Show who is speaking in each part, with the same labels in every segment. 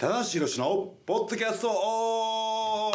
Speaker 1: 棚橋宏のポッドキャストオフ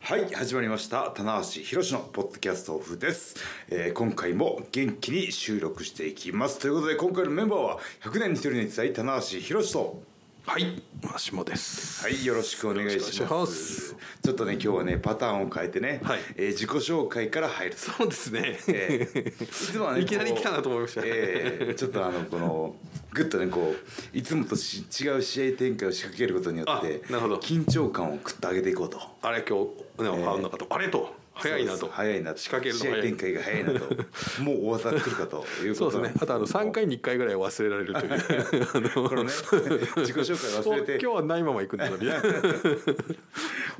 Speaker 1: はい始まりました棚橋宏のポッドキャストオフです、えー今回も元気に収録していきますということで今回のメンバーは100年に一人の逸材棚橋宏と
Speaker 2: はい、マシモです。
Speaker 1: はい、よろしくお願いします。
Speaker 2: よろしくお願いします
Speaker 1: ちょっとね、今日はね、パターンを変えてね、
Speaker 2: はい
Speaker 1: えー自己紹介から入ると。
Speaker 2: そうですね。
Speaker 1: えーいつもはね、
Speaker 2: いきなり
Speaker 1: こう
Speaker 2: 来たなと思いました
Speaker 1: えーちょっとあの、この、ぐっとね、こう、いつもとし違う試合展開を仕掛けることによって、
Speaker 2: あなるほど
Speaker 1: 緊張感を食ってあげていこうと。
Speaker 2: あれ今日ね、おはんなかと、あれと早い
Speaker 1: そ
Speaker 2: な
Speaker 1: う
Speaker 2: と
Speaker 1: です早いなと。
Speaker 2: 仕掛けるの
Speaker 1: 試合
Speaker 2: 早
Speaker 1: 展。
Speaker 2: い
Speaker 1: 開が早いなと。 もう終わったくるかという
Speaker 2: そ
Speaker 1: ことな
Speaker 2: うです
Speaker 1: ん
Speaker 2: ね。あとあの三
Speaker 1: 回。
Speaker 2: 回に一回ぐらい 忘れられるという。
Speaker 1: このね、 自己紹介忘れて
Speaker 2: 今日、はないまま行くんだみたいな。
Speaker 1: フォ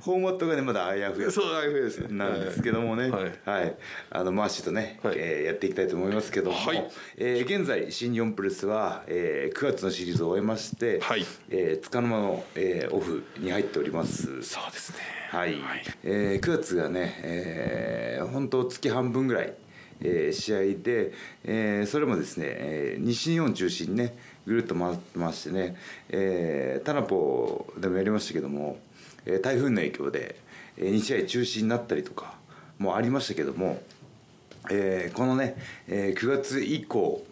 Speaker 1: ーマットがね、まだあやふや。
Speaker 2: そうああいうふうですね。
Speaker 1: なんですけどもね、は
Speaker 2: はいい、
Speaker 1: あのマーシーとね、
Speaker 2: はい
Speaker 1: えーやっていきたいと思いますけども、
Speaker 2: はい
Speaker 1: えー現在新日本プロレスは、えー9月のシリーズを終えまして、
Speaker 2: はい
Speaker 1: えー束の間の、えーオフに入っております。
Speaker 2: そうですね。
Speaker 1: はい、えー9月がね、えー本当月半分ぐらい、えー試合で、えーそれもですね、えー西日本中心にねぐるっと回ってましてね、えータナポでもやりましたけども、えー台風の影響で、え2試合中止になったりとかもありましたけども、えーこのね、え9月以降、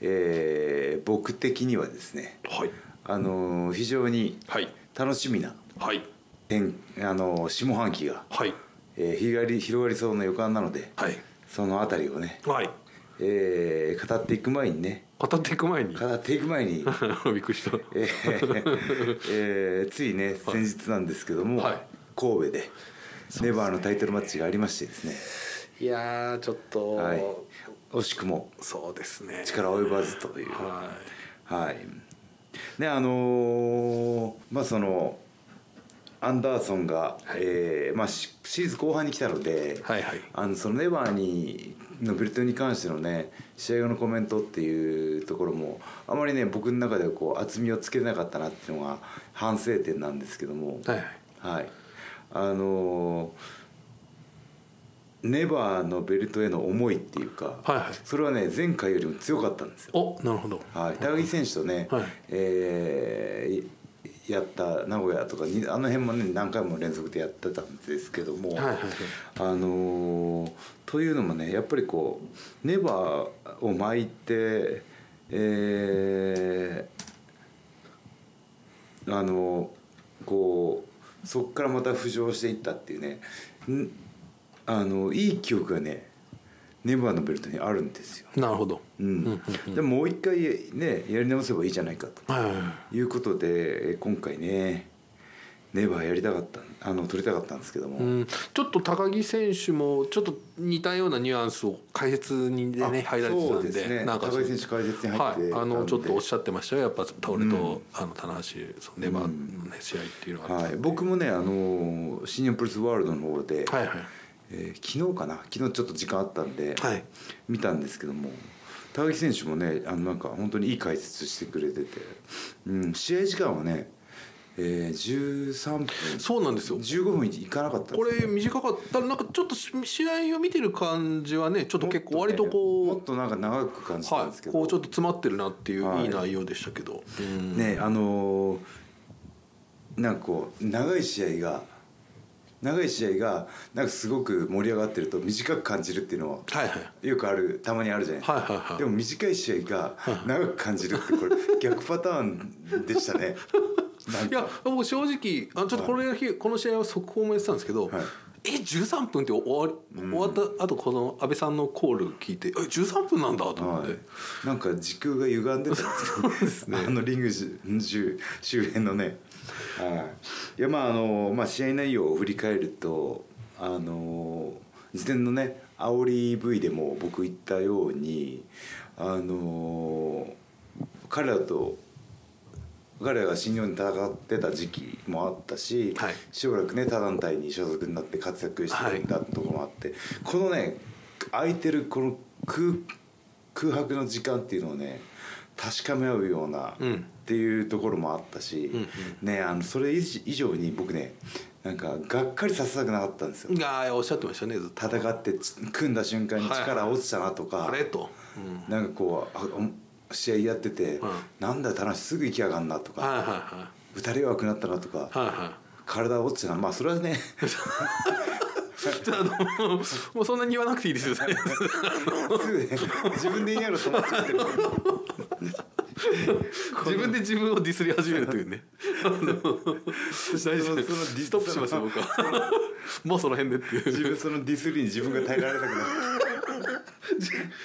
Speaker 1: えー僕的にはですね、
Speaker 2: はい
Speaker 1: あのー非常に
Speaker 2: はい
Speaker 1: 楽しみな、
Speaker 2: はい
Speaker 1: 天あの下半期が、
Speaker 2: はい
Speaker 1: えー広がり広がりそうな予感なので、
Speaker 2: はい
Speaker 1: そのあたりをね、
Speaker 2: はい。
Speaker 1: えー語っていく前にね
Speaker 2: 語っていく前に。
Speaker 1: 語っていく前に、
Speaker 2: びっくりした。
Speaker 1: えーえーついね先日なんですけども、
Speaker 2: はい
Speaker 1: 神戸でネバーのタイトルマッチがありましてですね
Speaker 2: いやーちょっと、
Speaker 1: はい、惜しくも
Speaker 2: そうですね。
Speaker 1: 力及ばずという。
Speaker 2: は
Speaker 1: はい。ねあのーまあそのアンダーソンが、えーまあシシリーズ後半に来たので、
Speaker 2: はいはい
Speaker 1: あのそのネバーにのベルトに関してのね試合後のコメントっていうところもあまりね僕の中ではこう厚みをつけれなかったなっていうのが反省点なんですけども、
Speaker 2: いはいはい。
Speaker 1: はい、あのーネバーのベルトへの思いっていうか、
Speaker 2: はいはい
Speaker 1: それはね前回よりも強かったんですよ
Speaker 2: おなるほど。
Speaker 1: はい、高木選手とね、
Speaker 2: はい
Speaker 1: えーやった名古屋とかにあの辺もね何回も連続でやってたんですけども、
Speaker 2: はいはいはい
Speaker 1: あのーというのもねやっぱりこうネバーを巻いて、えーあのーこうそこからまた浮上していったっていうねんあのいい記憶がねネバーのベルトにあるんですよ。
Speaker 2: なるほど。
Speaker 1: うんでももう一回ねやり直せばいいじゃないかと
Speaker 2: はいはいはい。
Speaker 1: いうことでえー今回ねネバーやりたかったあの取りたかったんですけども、
Speaker 2: うん、ちょっと高木選手もちょっと似たようなニュアンスを解説にでね
Speaker 1: あ
Speaker 2: 入られてたんで
Speaker 1: そうですね
Speaker 2: なんかそ
Speaker 1: 高
Speaker 2: う
Speaker 1: 木選手解説に入ってたんで
Speaker 2: はい、あのちょっとおっしゃってましたよやっぱタオルと、あの棚橋そのネバーの、ね試合っていうのがあ
Speaker 1: は
Speaker 2: った
Speaker 1: い、
Speaker 2: んで、
Speaker 1: 僕もねあの新日本プロレスワールドの方で、
Speaker 2: はいはい
Speaker 1: えー昨日かな昨日ちょっと時間あったんで、
Speaker 2: はい
Speaker 1: 見たんですけども高木選手もねあのなんか本当にいい解説してくれてて、うん、試合時間はね、えー、13分
Speaker 2: そうなんですよ
Speaker 1: 15分いかなかったんですよ
Speaker 2: これ短かったなんかちょっとし試合を見てる感じはねちょっと結構割と
Speaker 1: も
Speaker 2: こ
Speaker 1: っとなんか長く感
Speaker 2: う、
Speaker 1: じたん
Speaker 2: は
Speaker 1: ですけ
Speaker 2: い、
Speaker 1: ど、
Speaker 2: こうちょっと詰まってるなっていう、
Speaker 1: はい
Speaker 2: い、い内容でしたけど、うん
Speaker 1: ねあのーなんかこう長い試合が長い試合がなんかすごく盛り上がってると短く感じるっていうのは
Speaker 2: はいはい
Speaker 1: よくあるたまにあるじゃないですか、
Speaker 2: はいはいはい
Speaker 1: でも短い試合が長く感じるってこれ逆パターンでしたねなん
Speaker 2: い
Speaker 1: か
Speaker 2: やもう正直あちょっとこの日、この試合は速報もやってたんですけ
Speaker 1: は
Speaker 2: ど、
Speaker 1: い
Speaker 2: え13分って終わり終わったあとこの安倍さんのコール聞いてえ13分なんだと思っ
Speaker 1: は
Speaker 2: て、
Speaker 1: い、なんか時空が歪んでたんですねあのリング周周辺のね、はい、いやまああの、まあ、試合内容を振り返るとあの事前のね煽り V でも僕言ったようにあの彼らと彼らが新日本に戦ってた時期もあったし、
Speaker 2: はい
Speaker 1: しばらくね他団体に所属になって活躍してたんだところもあって、このね空いてるこの空空白の時間っていうのをね確かめ合うような、
Speaker 2: うん
Speaker 1: っていうところもあったし、ねあのそれ以以上に僕ねなんかがっかりさせたくなかったんですよ。
Speaker 2: がおっしゃってましたねずっと
Speaker 1: 戦ってつ組んだ瞬間に力落ちたなとか、
Speaker 2: あれと、
Speaker 1: なんかこうあお試合やってて、
Speaker 2: うん
Speaker 1: なんだ楽しいすぐ行きやがんなとか、
Speaker 2: はいは
Speaker 1: 打たれ弱くなったなとか、
Speaker 2: いはいはいはい
Speaker 1: 体落ちたなまあそれは ね
Speaker 2: ちょっとあのもうそんなに言わなくていいですよ。そ れ
Speaker 1: すぐね自分で言いながら楽しってる
Speaker 2: 自分で自分をディスり始めるというね。あ の大丈夫です
Speaker 1: そのそのディス
Speaker 2: ストップしますよ僕は。もうその辺でっていう
Speaker 1: 自分そのディスりに自分が耐えられなく なる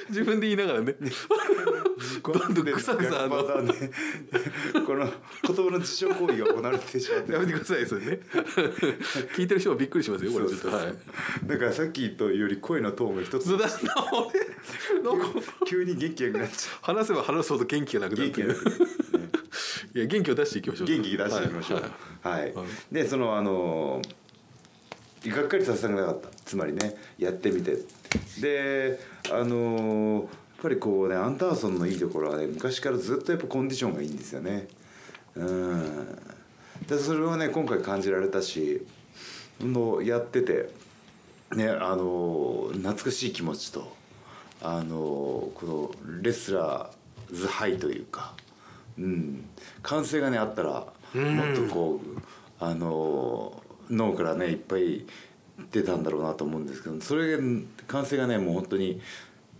Speaker 2: 自分で言いながらね。どんどんくさくさあ
Speaker 1: ま
Speaker 2: の
Speaker 1: たねこの言葉の自傷行為が行われてしまって
Speaker 2: やめてくださいそれね。聞いてる人もびっくりしますよこれちょっと。はい。
Speaker 1: だからさっきとより声のトーンが一つ
Speaker 2: そうだな俺なんか
Speaker 1: 急に元気がなくなっちゃ
Speaker 2: 話せば話すほど元気がなく
Speaker 1: う
Speaker 2: なる
Speaker 1: 元気
Speaker 2: とい
Speaker 1: がな
Speaker 2: う。
Speaker 1: くなる
Speaker 2: いや元気を出していきましょう。
Speaker 1: 元気出していきましょう
Speaker 2: はいはい
Speaker 1: はい、
Speaker 2: はい
Speaker 1: でそのあのーがっかりさせたくなかったつまりねやってみてであのーやっぱりこうねアンダーソンのいいところはね昔からずっとやっぱコンディションがいいんですよねうんでそれをね今回感じられたしのやっててねあのー懐かしい気持ちとあのーこのレスラーズハイというか、うん、歓声がねあったらもっとこう、あのー脳からねいっぱい出たんだろうなと思うんですけどそれが歓声がねもう本当に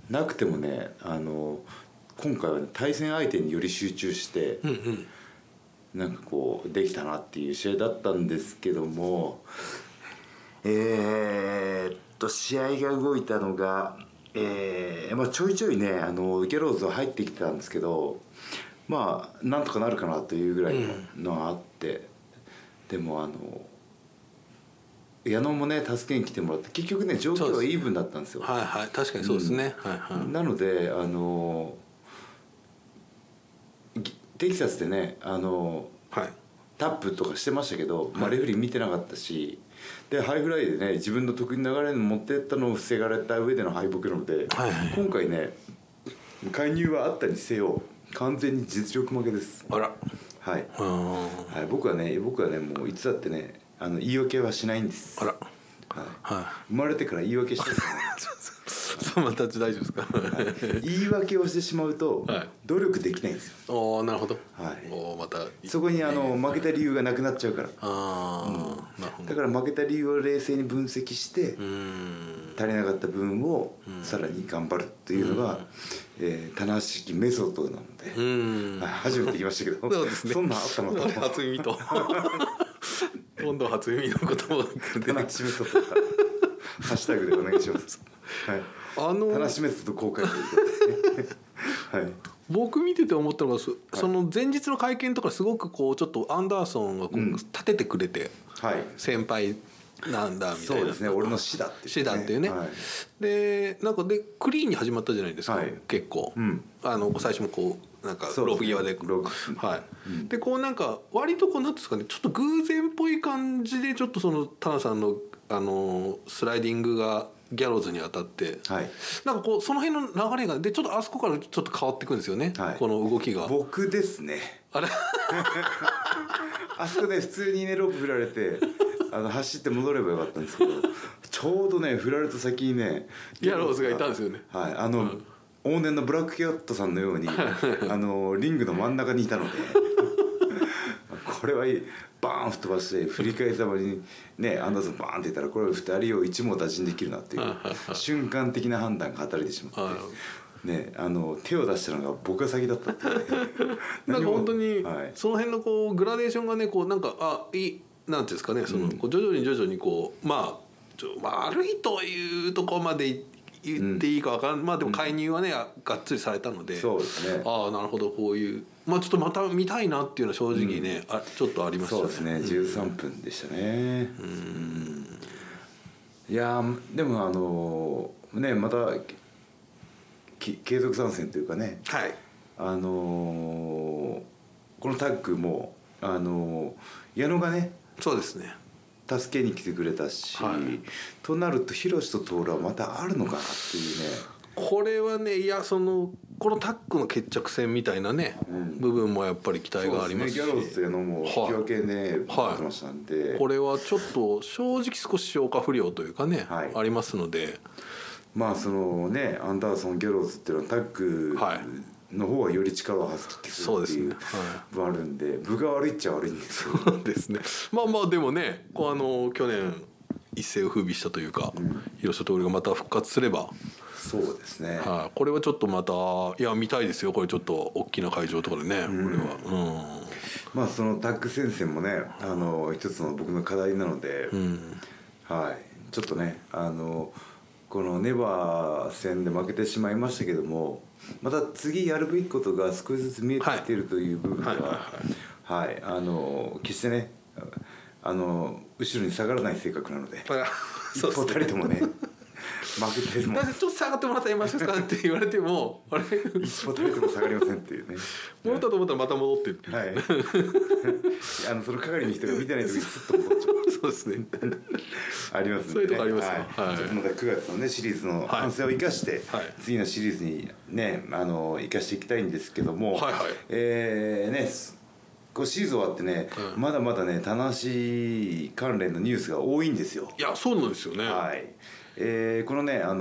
Speaker 1: なくてもねあのー今回は、ね、対戦相手により集中して。
Speaker 2: うんうん。
Speaker 1: なんかこうできたなっていう試合だったんですけどもえーっと試合が動いたのが、えーまあ、ちょいちょいねあのゲローズは入ってきてたんですけどまあなんとかなるかなというぐらいののがあって、でもあの矢野もね助けに来てもらって結局ね状況はイーブンだったんですよ。
Speaker 2: はいはい確かにそうですね。はいはい。
Speaker 1: なのであのぎテキサスでねあの
Speaker 2: はい。
Speaker 1: タップとかしてましたけど、まあ、レフェリー見てなかったし、でハイフライでね自分の得意な流れに持ってったのを防がれた上での敗北なので、
Speaker 2: はいはい
Speaker 1: 今回ね介入はあったにせよ完全に実力負けです
Speaker 2: あら。
Speaker 1: はい、
Speaker 2: うーん。
Speaker 1: はい、僕はね僕はねもういつだってねあの言い訳はしないんです、
Speaker 2: あら。
Speaker 1: はい、
Speaker 2: はい。
Speaker 1: 生まれてから言い訳してる
Speaker 2: そのタッチ大丈夫ですか。
Speaker 1: 言い訳をしてしまうと、
Speaker 2: はい
Speaker 1: 努力できないんですよ
Speaker 2: おお、なるほど。
Speaker 1: はい
Speaker 2: おお、また。
Speaker 1: そこにあの負けた理由がなくなっちゃうから
Speaker 2: ああ、なるほど。
Speaker 1: だから負けた理由を冷静に分析して、
Speaker 2: うーん。
Speaker 1: 足りなかった部分をさらに頑張るというのが、えー棚橋式メソッドなので、
Speaker 2: うーん。
Speaker 1: はい初めて言いましたけど
Speaker 2: そうですね。
Speaker 1: んなんあったのと
Speaker 2: 俺 初耳と。今度初耳の言葉が出
Speaker 1: 棚
Speaker 2: て
Speaker 1: 橋メソッドからハッシュタグでお願いし ます、はい、
Speaker 2: あ
Speaker 1: 棚
Speaker 2: の
Speaker 1: 橋メソッド公開ということですねはい
Speaker 2: 僕見てて思ったのがそその前日の会見とかすごくこうちょっとアンダーソンがこう立ててくれて
Speaker 1: はい
Speaker 2: 先輩なんだみたい
Speaker 1: そ
Speaker 2: な
Speaker 1: うですね俺の師だっていうね
Speaker 2: 師団っていうね、
Speaker 1: はい
Speaker 2: でなんかでクリーンに始まったじゃないですか、
Speaker 1: はい
Speaker 2: 結構、
Speaker 1: うん
Speaker 2: あの最初もこうなんか
Speaker 1: そう
Speaker 2: ロープ
Speaker 1: ですね
Speaker 2: 際で
Speaker 1: ロー
Speaker 2: はい、でこうなんか割とこうなんていうんですかねちょっと偶然っぽい感じでちょっとそのタナさんのあのスライディングがギャローズに当たって、
Speaker 1: はい
Speaker 2: なんかこうその辺の流れがでちょっとあそこからちょっと変わっていくんですよね、
Speaker 1: はい
Speaker 2: この動きが。
Speaker 1: 僕ですね
Speaker 2: あれ
Speaker 1: あそこで普通にねロープ振られてあの走って戻ればよかったんですけどちょうどね振られた先にね
Speaker 2: ギャローズがいたんですよね。
Speaker 1: はい、あの、往年のブラックキャットさんのよう にあのリングの真ん中にいたので これはいいバーン吹っ飛ばして振り返りざまにねアンダーソンバーンっていったらこれは2人を一網打尽できるなっていう 瞬間的な判断が働いてしま
Speaker 2: あ
Speaker 1: って。ね、あの手を出したのが僕が先だったっていうね
Speaker 2: なんか本当に
Speaker 1: はい、
Speaker 2: その辺のこうグラデーションがねこうなんかあいいなんていうんですかねそのこう徐々に徐々にこうまあちょまあ悪いというところまでい言っていいかわからん、まあでも介入はねあがっつりされたので、
Speaker 1: そうですね
Speaker 2: ああなるほどこういうまあちょっとまた見たいなっていうのは正直ね、あちょっとありましたね。
Speaker 1: そうですね、13分でしたね。いやーでもあのーねまたき継続参戦というかね、
Speaker 2: はい。
Speaker 1: あのーこのタッグもあのー矢野がね
Speaker 2: そうですね。
Speaker 1: 助けに来てくれたし、
Speaker 2: はい
Speaker 1: となるとヒロシとトールはまたあるのかなっていうね。
Speaker 2: これはねいやそのこのタッグの決着戦みたいなね、
Speaker 1: ん
Speaker 2: 部分もやっぱり期待がありますし。
Speaker 1: そうですねギャローズと矢野も引き分けね、
Speaker 2: はい
Speaker 1: 持ってましたんで。
Speaker 2: これはちょっと正直少し消化不良というかね、
Speaker 1: はい
Speaker 2: ありますので
Speaker 1: まあそのねアンダーソン・ギャローズっていうのはタッグ
Speaker 2: はい
Speaker 1: の方はより力を発揮するっていう
Speaker 2: そうですねは
Speaker 1: 部分あるんで部が悪いっちゃ悪いんですよ
Speaker 2: そうですねまあまあでもねこうあの去年一世を風靡したというか、広瀬徹がまた復活すれば、
Speaker 1: そうですね
Speaker 2: はい、これはちょっとまたいや見たいですよこれちょっと大きな会場とかでね、これは
Speaker 1: まあそのタッグ戦線もねあの一つの僕の課題なので、
Speaker 2: うん、うん、
Speaker 1: はいちょっとねあのこのネバー戦で負けてしまいましたけどもまた次やるべきことが少しずつ見えてきているという部分でははい、あの決してねあの後ろに下がらない性格なので
Speaker 2: だから
Speaker 1: 一歩たりともね負けても
Speaker 2: だってちょっと下がってもらってますかって言われてもあれ
Speaker 1: 一歩たりとも下がりませんっていうね
Speaker 2: 戻ったと思ったらまた戻ってる
Speaker 1: はい あのその係の人が見てない時にスッと戻っちゃう
Speaker 2: そうですね
Speaker 1: ありますんで、ね、
Speaker 2: そういうとこありますよ
Speaker 1: は、
Speaker 2: はいい
Speaker 1: ちょっとまた9月のねシリーズの
Speaker 2: い
Speaker 1: 反省を生かして、
Speaker 2: はい
Speaker 1: 次のシリーズにねあの生かしていきたいんですけども、
Speaker 2: はいはい
Speaker 1: えーねすこうシリーズ終わってね、
Speaker 2: うん
Speaker 1: まだまだね棚橋関連のニュースが多いんですよ。
Speaker 2: いやそうなんですよね、
Speaker 1: はい。えーこのねあ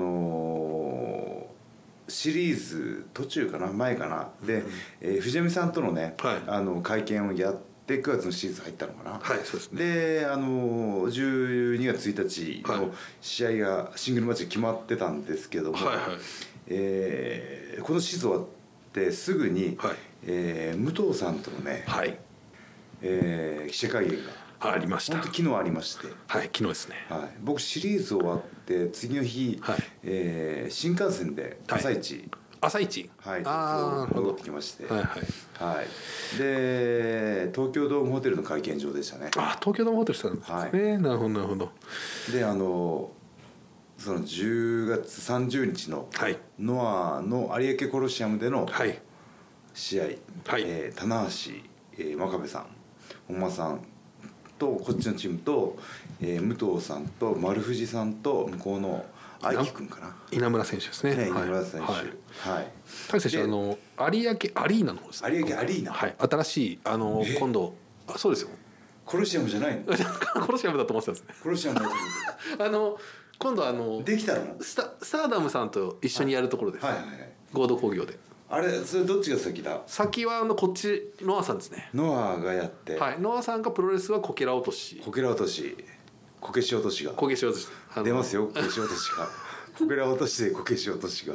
Speaker 1: のーシリーズ途中かな前かなで、えー藤波さんとのね、
Speaker 2: はい
Speaker 1: あの会見をやって9月のシリーズ入ったのかな、
Speaker 2: はいそうですね
Speaker 1: であの12月1日
Speaker 2: はい
Speaker 1: の試合がシングルマッチで決まってたんですけども、
Speaker 2: はいはい
Speaker 1: えーこのシーズン終わってすぐに、
Speaker 2: はい
Speaker 1: えー武藤さんとのね、
Speaker 2: はい
Speaker 1: えー記者会見が
Speaker 2: ありました
Speaker 1: 本当
Speaker 2: はい
Speaker 1: 昨日ありまして、
Speaker 2: 昨日ですね
Speaker 1: はい、僕シリーズ終わって次の日、
Speaker 2: はい
Speaker 1: えー新幹線で
Speaker 2: はい
Speaker 1: 朝一、
Speaker 2: 朝一
Speaker 1: はい
Speaker 2: ああなるほ
Speaker 1: 戻っ
Speaker 2: ど
Speaker 1: てきまして、
Speaker 2: はいはい
Speaker 1: はい、で東京ドームホテルの会見場でしたね。
Speaker 2: あ東京ドームホテルさんですね、なるほどなるほど
Speaker 1: であのその10月30日の
Speaker 2: はい
Speaker 1: ノアの有明コロシアムでの
Speaker 2: はい
Speaker 1: 試合、
Speaker 2: はい
Speaker 1: えー棚橋、えー真壁さん本間さんとこっちのチームと、えー武藤さんと丸藤さんと向こうの愛樹君かな。
Speaker 2: 稲村選手ですね
Speaker 1: ね、
Speaker 2: はい
Speaker 1: 稲村選手、
Speaker 2: はい
Speaker 1: はい、
Speaker 2: 大勢選手あの有明アリーナの方ですね
Speaker 1: 有明アリーナ
Speaker 2: はい新しいあの今度あそうですよ
Speaker 1: コロシアムじゃないの。
Speaker 2: コロシアムだと思ってたんですね
Speaker 1: コロシアムだと思
Speaker 2: あの今度あの
Speaker 1: ってできたの。
Speaker 2: スタスターダムさんと一緒にやるところです、
Speaker 1: はいはいはい。
Speaker 2: 合同工業で
Speaker 1: あれ、それどっちが先だ。
Speaker 2: 先はあのこっちノアさんですね
Speaker 1: ノアがやって、
Speaker 2: はいノアさんがプロレスはこけら落とし
Speaker 1: こけら落とし、こけし落としが。
Speaker 2: こけし落としあの
Speaker 1: 出ますよこけし落としがこけら落としでこけし落としが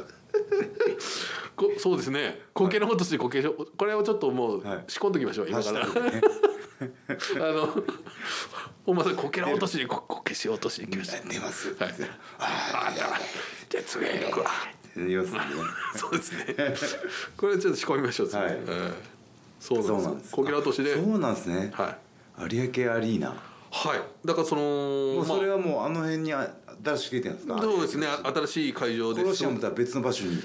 Speaker 2: こそうですねこけら落としこけしょこれをちょっともう
Speaker 1: はい
Speaker 2: 仕込んでおきましょう、
Speaker 1: ハッ
Speaker 2: 今
Speaker 1: シ
Speaker 2: か
Speaker 1: ュ
Speaker 2: らあ
Speaker 1: タグね
Speaker 2: のお前さんこけら落としここけし落とし行きました
Speaker 1: 出ます
Speaker 2: はいあーじゃあじゃあ次行くわ
Speaker 1: 出ますね
Speaker 2: そうですねこれちょっと仕込みましょう、
Speaker 1: はい
Speaker 2: ええそう
Speaker 1: そう
Speaker 2: な
Speaker 1: なんん
Speaker 2: で
Speaker 1: ですす
Speaker 2: こけら落としで
Speaker 1: あそうなんですね、
Speaker 2: はい
Speaker 1: 有明アリーナ
Speaker 2: はい、だからその
Speaker 1: もう
Speaker 2: まあ
Speaker 1: それはもうあの辺にあ新しく出てるんですか
Speaker 2: そうですね新しい会場
Speaker 1: コ
Speaker 2: で
Speaker 1: ロ
Speaker 2: す
Speaker 1: シアムとは別の場所に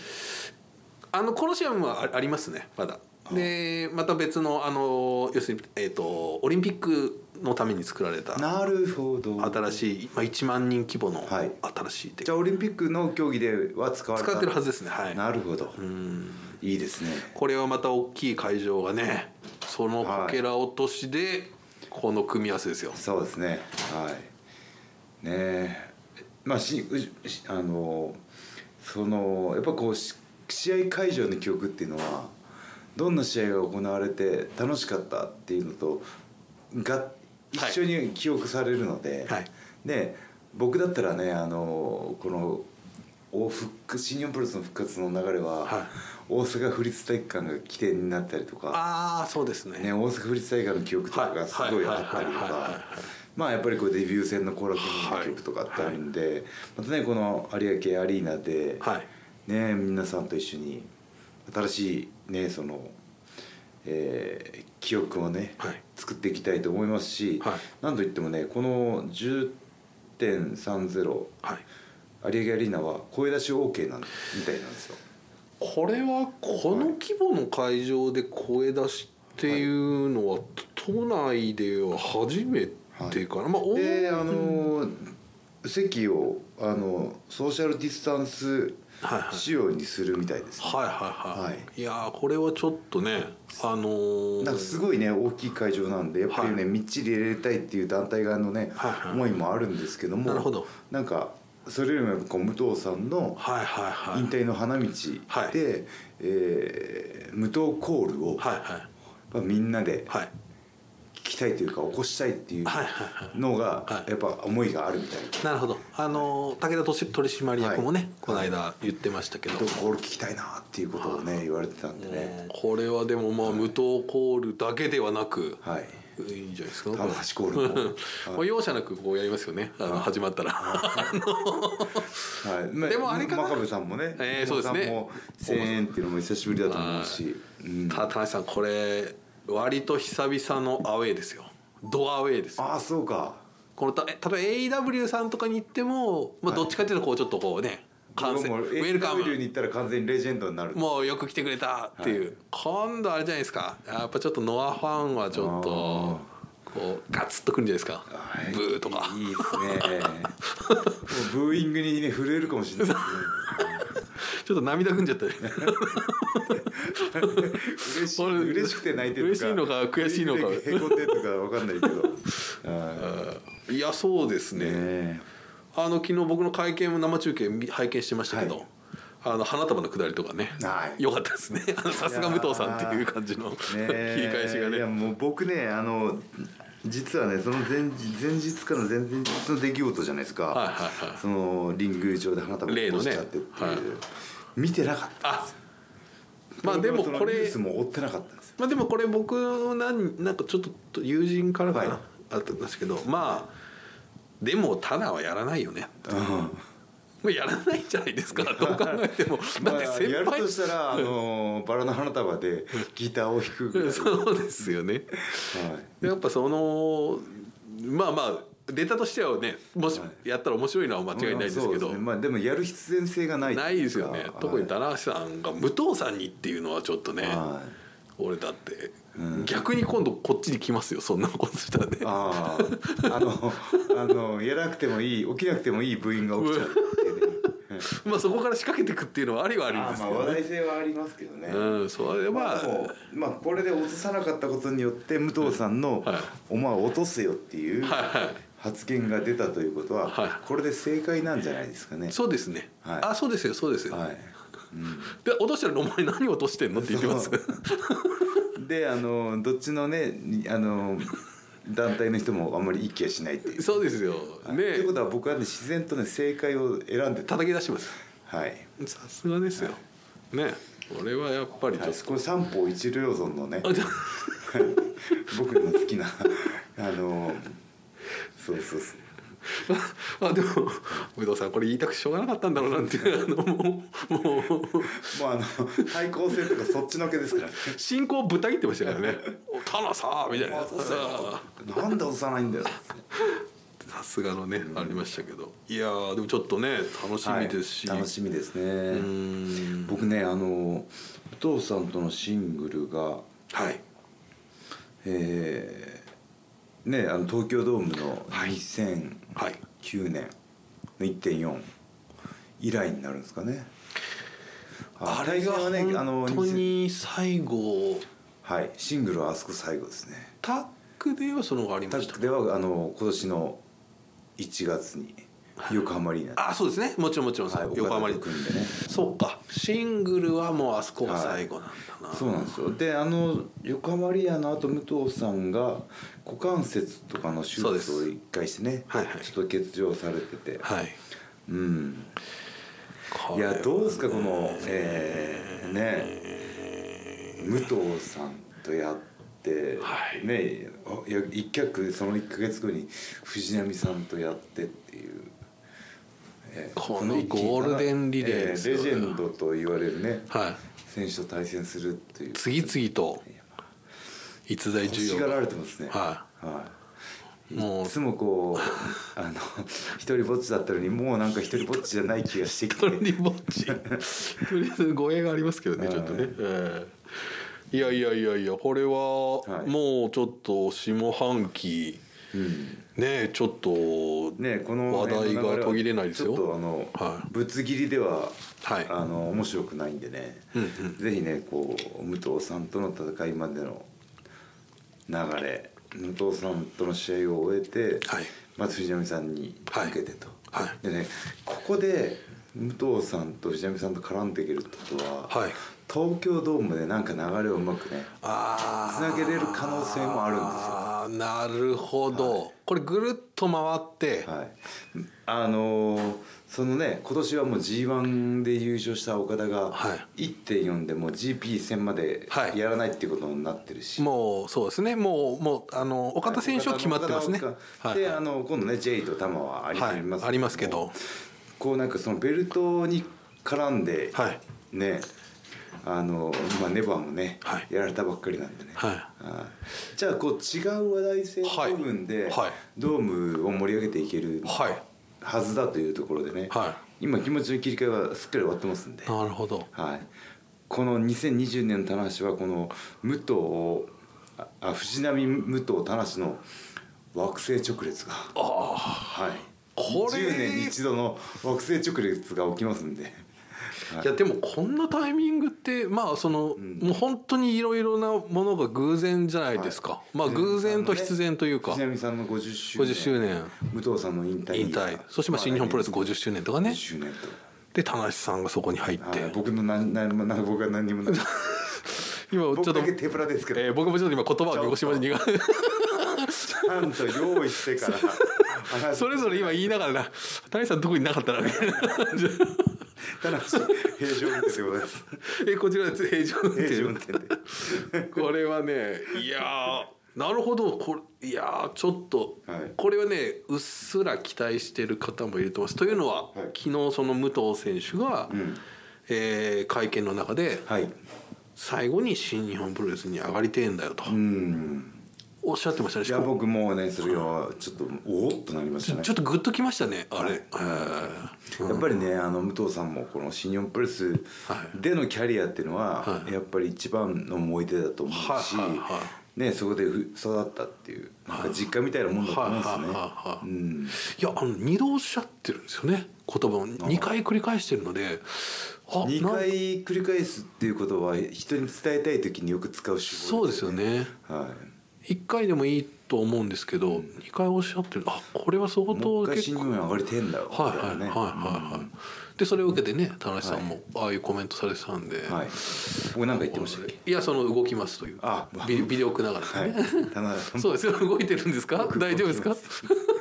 Speaker 2: あのコロシアムはあありますねまだでまた別のあの要するに、えー、とオリンピックのために作られた
Speaker 1: なるほど
Speaker 2: 新しい、まあ、1万人規模の
Speaker 1: はい
Speaker 2: 新しいで、
Speaker 1: じゃあオリンピックの競技では使われた
Speaker 2: 使ってるはずですねはい
Speaker 1: なるほどいいですね
Speaker 2: これはまた大きい会場がねそのこけら落としでこの組み合わせですよ、
Speaker 1: そうですねはいねえまあしうしあのそのやっぱこうし試合会場の記憶っていうのはどんな試合が行われて楽しかったっていうのとが一緒に記憶されるので、
Speaker 2: はい
Speaker 1: で僕だったらねあのこのお復活新日本プロレスの復活の流れは、
Speaker 2: はい
Speaker 1: 大阪府立体育館が起点になったりとか
Speaker 2: ああそうですね
Speaker 1: ね、大阪府立大会の記憶とかがすごいあったりと
Speaker 2: はいはいはいはいは
Speaker 1: か
Speaker 2: い
Speaker 1: まあやっぱりこうデビュー戦の後楽園の記憶とかあったりんで、またねこの有明アリーナで、
Speaker 2: はい
Speaker 1: ね皆さんと一緒に新しいねその、えー記憶をね、
Speaker 2: はい
Speaker 1: 作っていきたいと思いますし、
Speaker 2: はい
Speaker 1: なんといってもねこの10.30
Speaker 2: はい
Speaker 1: 有明アリーナは声出し OK なんみたいなんですよ。
Speaker 2: これはこの規模の会場で声出しっていうのは都内では初めてかな、まあお
Speaker 1: であの席をあのソーシャルディスタンス
Speaker 2: はいはい
Speaker 1: 仕様にするみたいです、ね
Speaker 2: はいはいはい、、
Speaker 1: はい
Speaker 2: やーこれはちょっとねあのー
Speaker 1: なんかすごいね大きい会場なんでやっぱりね、
Speaker 2: はい
Speaker 1: みっちり入れたいっていう団体側のね、
Speaker 2: はいはい
Speaker 1: 思いもあるんですけども
Speaker 2: なるほど
Speaker 1: なんかそれよりもやっぱこう武藤さんの
Speaker 2: はいはいはい
Speaker 1: 引退の花道で、
Speaker 2: はい
Speaker 1: えー無党コールを、
Speaker 2: はいはい
Speaker 1: まあみんなで
Speaker 2: はい
Speaker 1: 聞きたいというか起こしたいっていう
Speaker 2: はいはいは
Speaker 1: のが、
Speaker 2: はい
Speaker 1: やっぱ思いがあるみたい
Speaker 2: なるほどあの武田と取締役もね、
Speaker 1: はい
Speaker 2: この間言ってましたけど、
Speaker 1: な武藤コール聞きたいなっていうことをね言われてたんでね、
Speaker 2: これはでもまあ無糖コールだけではなく、
Speaker 1: はい
Speaker 2: い、いんじゃないですか
Speaker 1: 棚橋コールも、
Speaker 2: もう容赦なくこうやりますよねあの始まったら
Speaker 1: はいま
Speaker 2: でもあれかな
Speaker 1: 真壁さんもね、
Speaker 2: えーそうですね
Speaker 1: 伊藤さんも1000円っていうのも久しぶりだと思うし、うん
Speaker 2: ただ田中さんこれ割と久々のアウェーですよドアウェーですよ
Speaker 1: ああそうか
Speaker 2: このた例えば AEW さんとかに行っても、まあ、どっちかっていうとこうちょっとこうね感染、
Speaker 1: もう
Speaker 2: ウェルカム
Speaker 1: AEW に行ったら完全にレジェンドになる
Speaker 2: もうよく来てくれたっていう、今度あれじゃないですかやっぱちょっとノアファンはちょっとこうガツッとくるんじゃないですか
Speaker 1: はい
Speaker 2: ブーとか
Speaker 1: いいです ねもうブーイングにね震えるかもしれない
Speaker 2: ちょっと涙ぐんじゃったね
Speaker 1: ですね
Speaker 2: 俺
Speaker 1: 嬉し嬉しくて泣いてるとか
Speaker 2: 嬉しいのか悔しいのか
Speaker 1: へこんでるとかわかんないけどあ
Speaker 2: いやそうです
Speaker 1: ーね
Speaker 2: ね
Speaker 1: え
Speaker 2: あの昨日僕の会見も生中継見拝見してましたけど、
Speaker 1: はい
Speaker 2: あの花束の下りとかね
Speaker 1: はい
Speaker 2: 良かったですねあのさすが武藤さんっていう感じの 切り
Speaker 1: ねえ
Speaker 2: 返しが
Speaker 1: い
Speaker 2: ね
Speaker 1: やもう僕ねあの実はねその前日前日かの前々日の出来事じゃないですか、
Speaker 2: はいはいはい
Speaker 1: そのリング上で花束を
Speaker 2: 例の
Speaker 1: 落
Speaker 2: ね
Speaker 1: としちゃってっていう、
Speaker 2: はい
Speaker 1: 見てなかっ
Speaker 2: あ
Speaker 1: た
Speaker 2: まあでも
Speaker 1: その
Speaker 2: こ
Speaker 1: ニュー
Speaker 2: れ
Speaker 1: スも追ってなかったんです
Speaker 2: まあでもこれ僕なんなんかちょっと友人からかな、
Speaker 1: はい
Speaker 2: あったんですけどまあでもタナはやらないよねもうやらないじゃないですかどう考えてもだって
Speaker 1: ま
Speaker 2: 先
Speaker 1: あ、やる
Speaker 2: 輩
Speaker 1: としたらあのバラの花束でギターを弾くぐらい、は
Speaker 2: そうですよね
Speaker 1: い、
Speaker 2: やっぱそのまあまあデータとしてはねもし
Speaker 1: は
Speaker 2: やったら面白いのは間違いないです
Speaker 1: そう
Speaker 2: けど、
Speaker 1: ねまあ、でもやる必然性がない
Speaker 2: ないですよね、特に
Speaker 1: だ
Speaker 2: 棚橋さんが武藤さんにっていうのはちょっとね、
Speaker 1: はい
Speaker 2: 俺だって、逆に今度こっちに来ますよそんなことしたらね
Speaker 1: あああのあのやらなくてもいい起きなくてもいい部員が起きちゃうっていうね
Speaker 2: まあそこから仕掛けていくっていうのは ありはあり
Speaker 1: あー
Speaker 2: です
Speaker 1: まあ
Speaker 2: けど
Speaker 1: 話
Speaker 2: ね、
Speaker 1: 題性はありますけどね、
Speaker 2: うんそれはま
Speaker 1: まあ
Speaker 2: あ
Speaker 1: でもまあこれで落とさなかったことによって武藤さんの
Speaker 2: はい
Speaker 1: 「お前落とせよ」っていう
Speaker 2: はいはい
Speaker 1: 発言が出たということは
Speaker 2: はい
Speaker 1: これで正解なんじゃないですかね。
Speaker 2: そうですね、
Speaker 1: はい
Speaker 2: あそうですよそうですよ、
Speaker 1: はい
Speaker 2: で落としたらお前何落としてんのって言ってま
Speaker 1: そ
Speaker 2: す
Speaker 1: うであのどっちのねあの団体の人もあんまり一気はしないっていう。
Speaker 2: そうですよね
Speaker 1: ということは僕はね自然とね正解を選んでた。
Speaker 2: 叩き出します
Speaker 1: はい
Speaker 2: さすがですよ、ね俺はやっぱりちょ
Speaker 1: は
Speaker 2: っ
Speaker 1: い、これ三方一両損のね
Speaker 2: と、
Speaker 1: 僕の好きなあのそうそうそう
Speaker 2: あでも武藤さんこれ言いたくてしょうがなかったんだろうなって いうあのもうもう
Speaker 1: もうあの対抗戦とかそっちのけですからね
Speaker 2: 進行をぶった切ってましたから ね「たださ」みたいな
Speaker 1: そうそうなんで落とさないんだよ
Speaker 2: さすがのね、ありましたけどいやーでもちょっとね楽しみですし、
Speaker 1: はい楽しみですね
Speaker 2: ん
Speaker 1: 僕ねあの武藤さんとのシングルが
Speaker 2: はい
Speaker 1: えーねあの東京ドームの
Speaker 2: はい
Speaker 1: 2009
Speaker 2: はい
Speaker 1: 年の1.4以来になるんですかね
Speaker 2: あれが
Speaker 1: 大概は
Speaker 2: 本当
Speaker 1: 2000
Speaker 2: に最後
Speaker 1: はいシングルはあそこ最後ですね
Speaker 2: タックではその後あり
Speaker 1: タ
Speaker 2: まし
Speaker 1: ッ
Speaker 2: た
Speaker 1: クではあの今年の1月に横浜アリーナで、
Speaker 2: あそうですねもちろんもちろん、
Speaker 1: はい、
Speaker 2: 横浜
Speaker 1: 岡
Speaker 2: に
Speaker 1: 田と組んでね
Speaker 2: そうかシングルはもうあそこが最後なんだな、
Speaker 1: そうなんですよであの横浜アリーナの後武藤さんが股関節とかの手
Speaker 2: そうで
Speaker 1: 術
Speaker 2: す
Speaker 1: を1回してね、
Speaker 2: はいはい
Speaker 1: ちょっと欠場されてて、
Speaker 2: はい
Speaker 1: うんいやどうですかこのえーね武藤さんとやって、
Speaker 2: はい
Speaker 1: ねいや一脚その1か月後に藤波さんとやってっていう、えー
Speaker 2: このゴールデンリレー
Speaker 1: え
Speaker 2: ですよ
Speaker 1: レジェンドと言われるね
Speaker 2: は
Speaker 1: 選手と対戦するっていう
Speaker 2: い次々と逸材
Speaker 1: 欲し
Speaker 2: 重
Speaker 1: が
Speaker 2: 要
Speaker 1: られてますね、
Speaker 2: はい
Speaker 1: い
Speaker 2: もう
Speaker 1: つもこ うあの一人ぼっちだったのにもうなんか一人ぼっちじゃない気がしてきて
Speaker 2: 一人ぼっちとりあえず語弊がありますけどねちょっとね、ええいやいやいやいやこれは
Speaker 1: はい
Speaker 2: もうちょっと下半期、ねえちょっと
Speaker 1: ねこの
Speaker 2: 話題が途切れないですよ
Speaker 1: ちょっとあの、
Speaker 2: はい
Speaker 1: ぶつ切りでは、
Speaker 2: はい
Speaker 1: あの面白くないんでね、ぜひねこう武藤さんとの戦いまでの流れ武藤さんとの試合を終えて、
Speaker 2: はい
Speaker 1: まず藤波さんに
Speaker 2: はい
Speaker 1: 受けてと、
Speaker 2: はい
Speaker 1: でねここで武藤さんと藤波さんと絡んでいけるってことは、
Speaker 2: はい
Speaker 1: 東京ドームでなんか流れをうまくね
Speaker 2: あ
Speaker 1: つなげれる可能性もあるんですよ
Speaker 2: あーなるほど、これぐるっと回って、
Speaker 1: はい、あのーそのね今年はもう g 1で優勝した岡田が
Speaker 2: は
Speaker 1: 1.4でもう GP 戦まで
Speaker 2: はい
Speaker 1: やらないっていうことになってるし、
Speaker 2: もうそうですねもうもうあの岡田選手は決まってますね
Speaker 1: 岡田
Speaker 2: はい
Speaker 1: であの今度ね J と玉はあり,、
Speaker 2: はい
Speaker 1: ます
Speaker 2: ありますけど
Speaker 1: こうなんかそのベルトに絡んで、
Speaker 2: はい
Speaker 1: ねあのまあ、ネバーもね、
Speaker 2: はい
Speaker 1: やられたばっかりなんでね、
Speaker 2: はい
Speaker 1: いじゃあこう違う話題性の部分で、
Speaker 2: はいはい
Speaker 1: ドームを盛り上げていける
Speaker 2: はい
Speaker 1: はずだというところでね、
Speaker 2: は
Speaker 1: 今気持ちの切り替えはすっかり終わってますんで、
Speaker 2: なるほど
Speaker 1: はい、この2020年の棚橋はこの武藤をああ藤波武藤棚橋の惑星直列が
Speaker 2: あ
Speaker 1: はい
Speaker 2: これ
Speaker 1: 10年に一度の惑星直列が起きますんで
Speaker 2: あいやでもこんなタイミングってまあその、もう本当にいろいろなものが偶然じゃないですか、
Speaker 1: は
Speaker 2: まあ偶然と必然というか、
Speaker 1: 藤波さんの50周年
Speaker 2: 50周年
Speaker 1: 武藤さんの引退
Speaker 2: 引退そしてまあ新日本プロレス50周年とかね
Speaker 1: 50周年と。
Speaker 2: で田無さんがそこに入って、
Speaker 1: はい、僕の何何も僕は何にもない
Speaker 2: 今ちょっ
Speaker 1: 僕
Speaker 2: と
Speaker 1: だけ手ぶらですけど、
Speaker 2: えー僕もちょっと今言葉を濁しまし たが
Speaker 1: ちゃんと用意して から話
Speaker 2: それぞれ今言いながらな「谷さん特になかったな」みたいな感じで
Speaker 1: ただし平常運転でございます
Speaker 2: えこちらです平常運
Speaker 1: 平
Speaker 2: 転
Speaker 1: 常運転で
Speaker 2: これはねいやーなるほどこれいやーちょっと、
Speaker 1: はい
Speaker 2: これはねうっすら期待してる方もいると思いますというのは、
Speaker 1: い
Speaker 2: 昨日その武藤選手が、
Speaker 1: ん
Speaker 2: えー会見の中で
Speaker 1: はい
Speaker 2: 最後に新日本プロレスに上がりてえんだよと、
Speaker 1: うん
Speaker 2: おっしゃってましたね
Speaker 1: い
Speaker 2: し
Speaker 1: や
Speaker 2: かも
Speaker 1: 僕もうねそれはちょっとおおっとなりましたね
Speaker 2: ちょっとグッときましたねあれ、えー
Speaker 1: やっぱりねあの武藤さんもこの新日本プロレスでのキャリアっていうのは、
Speaker 2: はい
Speaker 1: やっぱり一番の思い出だと思うし、
Speaker 2: はいはいは
Speaker 1: ね、そこでふ育ったっていうなんか実家みたいなもんだと思うんですよね、
Speaker 2: はいはいはいはい
Speaker 1: うん
Speaker 2: いやあの二度おっしゃってるんですよね言葉を2回繰り返してるのであ
Speaker 1: 2
Speaker 2: なん
Speaker 1: 回繰り返すっていうことは人に伝えたい時によく使う手法
Speaker 2: そうですよね
Speaker 1: はい
Speaker 2: 1回でもいいと思うんですけど、二2回おっしゃってるあこれは相
Speaker 1: もう
Speaker 2: 当
Speaker 1: 一回
Speaker 2: 結
Speaker 1: 新
Speaker 2: 構
Speaker 1: 聞上がりてんだろうみ
Speaker 2: はい
Speaker 1: た
Speaker 2: はいい
Speaker 1: な
Speaker 2: はいはい
Speaker 1: ね
Speaker 2: はい、でそれを受けてね田中さんもああいうコメントされてたんで、
Speaker 1: はい僕なんか言ってましたっけ
Speaker 2: い、やその動きますという
Speaker 1: あ
Speaker 2: ビビデオくながら
Speaker 1: は
Speaker 2: ね、
Speaker 1: い棚田さん
Speaker 2: そうですよ動いてるんですか大丈夫で すか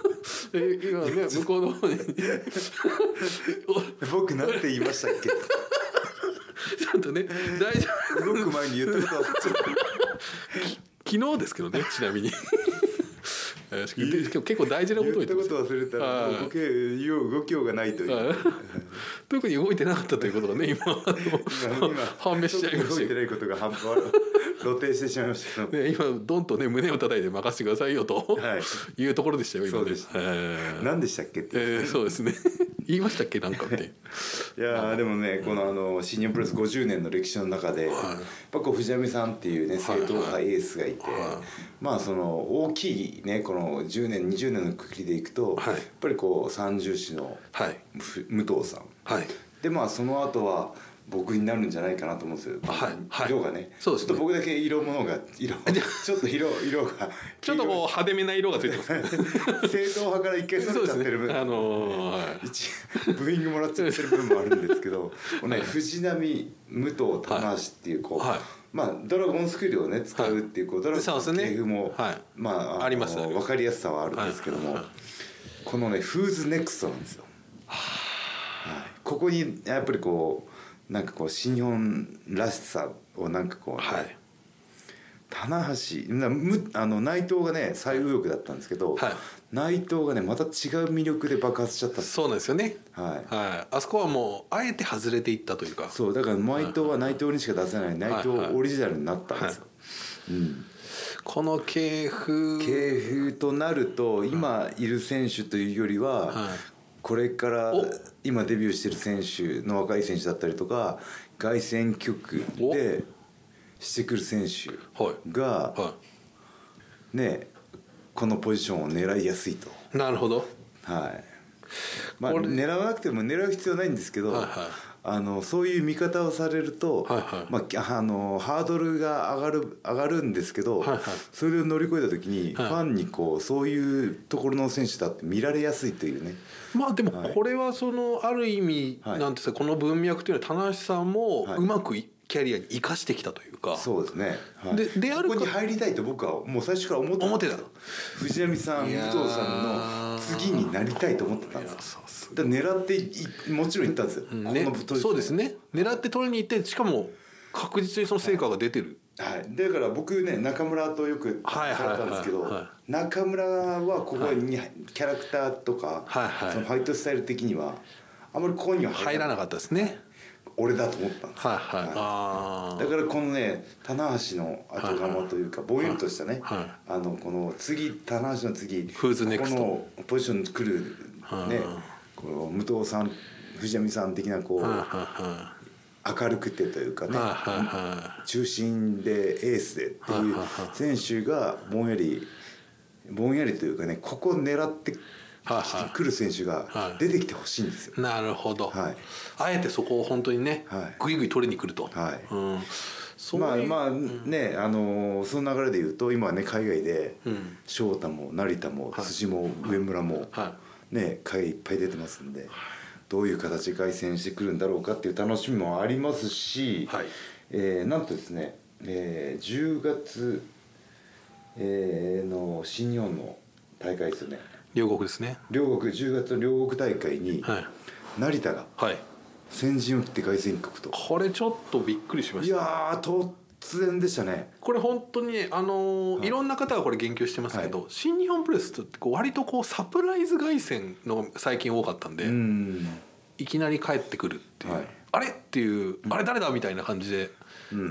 Speaker 2: え今ね向こうの方にお
Speaker 1: 僕なんて言いましたっけ
Speaker 2: ちょっとね大丈夫
Speaker 1: 動く前に言ったことはちょっ
Speaker 2: 昨日ですけ どねちなみに えーで結構結構大事な
Speaker 1: と
Speaker 2: ことを
Speaker 1: 言
Speaker 2: 言
Speaker 1: っ
Speaker 2: ったて
Speaker 1: こ
Speaker 2: ます
Speaker 1: と忘れた
Speaker 2: は
Speaker 1: ら
Speaker 2: い
Speaker 1: 動けよう動きようがないという
Speaker 2: はい 特に動いてなかったということ がね今あの判明しちゃいま
Speaker 1: 動い
Speaker 2: してた
Speaker 1: ないことが半端露呈してしまいましたけど
Speaker 2: ね、今ドンとね胸を叩いて任せてくださいよと、、
Speaker 1: はい
Speaker 2: うところでしたよ今
Speaker 1: そう
Speaker 2: ね
Speaker 1: でした
Speaker 2: えー
Speaker 1: 何でしたっけって
Speaker 2: えーそうですね 言いましたっけなん かって
Speaker 1: いやーでもねこのあの新日本プロレス50年の歴史の中でやっぱこう藤波さんっていうね正統派エースがいてまあその大きいねこの10年20年の区切りでいくと
Speaker 2: は
Speaker 1: や
Speaker 2: い
Speaker 1: っぱりこう三重師の
Speaker 2: はい
Speaker 1: ふ武藤さん
Speaker 2: はい
Speaker 1: でまあその後は僕になるんじゃないかなと思うんですよ、
Speaker 2: はいはい
Speaker 1: 色がね
Speaker 2: そうですね
Speaker 1: ちょっと僕だけ色物が 色ちょっと色色が
Speaker 2: ちょっとこ う派手めな色がついてますね
Speaker 1: う正統派から一回 そ
Speaker 2: そ
Speaker 1: れ
Speaker 2: うで
Speaker 1: ちゃっ
Speaker 2: す
Speaker 1: てる
Speaker 2: ね あ
Speaker 1: 分
Speaker 2: のーはい
Speaker 1: 一ブーイングもらっちゃってる分もあるんですけど、もうね、藤波武藤棚橋っていうこう、
Speaker 2: はい
Speaker 1: まあドラゴンスクールをね使うっていうこう、ドラゴ
Speaker 2: そう
Speaker 1: ン
Speaker 2: です
Speaker 1: ス
Speaker 2: ね
Speaker 1: 系譜も、
Speaker 2: はい
Speaker 1: まあの
Speaker 2: ありますあります
Speaker 1: 分かりやすさはあるんですけども、
Speaker 2: はいはい
Speaker 1: このねフーズネクストなんですよ。はいここにやっぱりこうなんかこう新日本らしさをなんかこう、
Speaker 2: はい
Speaker 1: 棚橋なむあの内藤がね最右翼だったんですけど、
Speaker 2: はい
Speaker 1: 内藤がねまた違う魅力で爆発しちゃったんです
Speaker 2: そうなんですよね
Speaker 1: はい
Speaker 2: あそこはもうあえて外れていったというか
Speaker 1: そうだから内藤は内藤にしか出せない内藤
Speaker 2: はいはい
Speaker 1: オリジナルになったんですよ。うん
Speaker 2: この系風
Speaker 1: 系譜となると今いる選手というよりは
Speaker 2: はい
Speaker 1: これから
Speaker 2: お
Speaker 1: 今デビューしてる選手の若い選手だったりとか凱旋局でしてくる選手
Speaker 2: はい
Speaker 1: が
Speaker 2: は
Speaker 1: ねこのポジションを狙いやすいと。
Speaker 2: いなるほど
Speaker 1: はいまあ、
Speaker 2: これ
Speaker 1: 狙わなくても狙う必要ないんですけど、
Speaker 2: はいはい
Speaker 1: あのそういう見方をされると、
Speaker 2: はいはい
Speaker 1: まあき、あのハードルが上がる上がるんですけど、
Speaker 2: はいはい
Speaker 1: それを乗り越えた時に、
Speaker 2: はい
Speaker 1: ファンにこうそういうところの選手だって見られやすいというね。
Speaker 2: まあでもこれはそのある意味
Speaker 1: はい
Speaker 2: なんていうんですかこの文脈というのは棚橋さんも
Speaker 1: はいう
Speaker 2: まくいキャリアに生かしてきたというか
Speaker 1: そうですね。はい
Speaker 2: でである
Speaker 1: こ
Speaker 2: か
Speaker 1: こに入りたいと僕はもう最初から思って
Speaker 2: 思ってた
Speaker 1: 藤波さん、
Speaker 2: い
Speaker 1: 武
Speaker 2: やー
Speaker 1: 藤さんの次になりたいと思ってたん
Speaker 2: い
Speaker 1: で
Speaker 2: や
Speaker 1: す。
Speaker 2: そうっす
Speaker 1: だから狙っていもちろん行ったんですよ。
Speaker 2: ね
Speaker 1: この年
Speaker 2: そうですね狙って取りに行ってしかも確実にその成果が出てる
Speaker 1: はい、だから僕ね中村とよく
Speaker 2: はいはい
Speaker 1: さ
Speaker 2: はい
Speaker 1: れたんですけど、
Speaker 2: は
Speaker 1: 中村はここにキャラクターとか、
Speaker 2: はいはい
Speaker 1: そのファイトスタイル的にはあまりここには
Speaker 2: 入らなかったですね
Speaker 1: 俺だと思ったんですよ
Speaker 2: はいはいあ
Speaker 1: だからこのね棚橋の後釜というかぼんやりとしたね、
Speaker 2: はい
Speaker 1: あのこの次棚橋の次
Speaker 2: フーズネクスト
Speaker 1: ここのポジションに来る
Speaker 2: はい
Speaker 1: ねこの武藤さん藤波さん的なこ
Speaker 2: あはいうは
Speaker 1: 明るくてというか
Speaker 2: い
Speaker 1: ね
Speaker 2: はいは
Speaker 1: 中心でエースでっていう選手がぼんやりぼんやりというかねここを狙ってきて
Speaker 2: はいはい
Speaker 1: くる選手
Speaker 2: は
Speaker 1: が
Speaker 2: い
Speaker 1: 出てきてほしいんですよ。
Speaker 2: いなるほど、
Speaker 1: はい
Speaker 2: あえてそこを本当にね、
Speaker 1: はい
Speaker 2: グイグイ取りに来ると、
Speaker 1: はい
Speaker 2: うん、そう
Speaker 1: まあ
Speaker 2: いう、
Speaker 1: まあね、あのーその流れで言うと今ね海外で
Speaker 2: うん
Speaker 1: 翔太も成田も
Speaker 2: い
Speaker 1: 辻も上村も、
Speaker 2: は
Speaker 1: ね、海外いっぱい出てますんでどういう形で凱旋してくるんだろうかっていう楽しみもありますし、
Speaker 2: はい
Speaker 1: えーなんとですね、えー10月、えーの新日本の大会ですよね
Speaker 2: 両国ですね
Speaker 1: 両国10月の両国大会に
Speaker 2: はい、
Speaker 1: 成田が
Speaker 2: はい、
Speaker 1: 先陣を切って凱旋国と
Speaker 2: これちょっとびっくりしま
Speaker 1: い
Speaker 2: した
Speaker 1: やー突然でしたね
Speaker 2: これ本当にね、あのーい、ろんな方がこれ言及してますけど、新日本プロレスってこう割とこうサプライズ凱旋の最近多かったんで、
Speaker 1: うん
Speaker 2: いきなり帰ってくるっていう、
Speaker 1: はい
Speaker 2: あれっていう、あれ誰だみたいな感じで、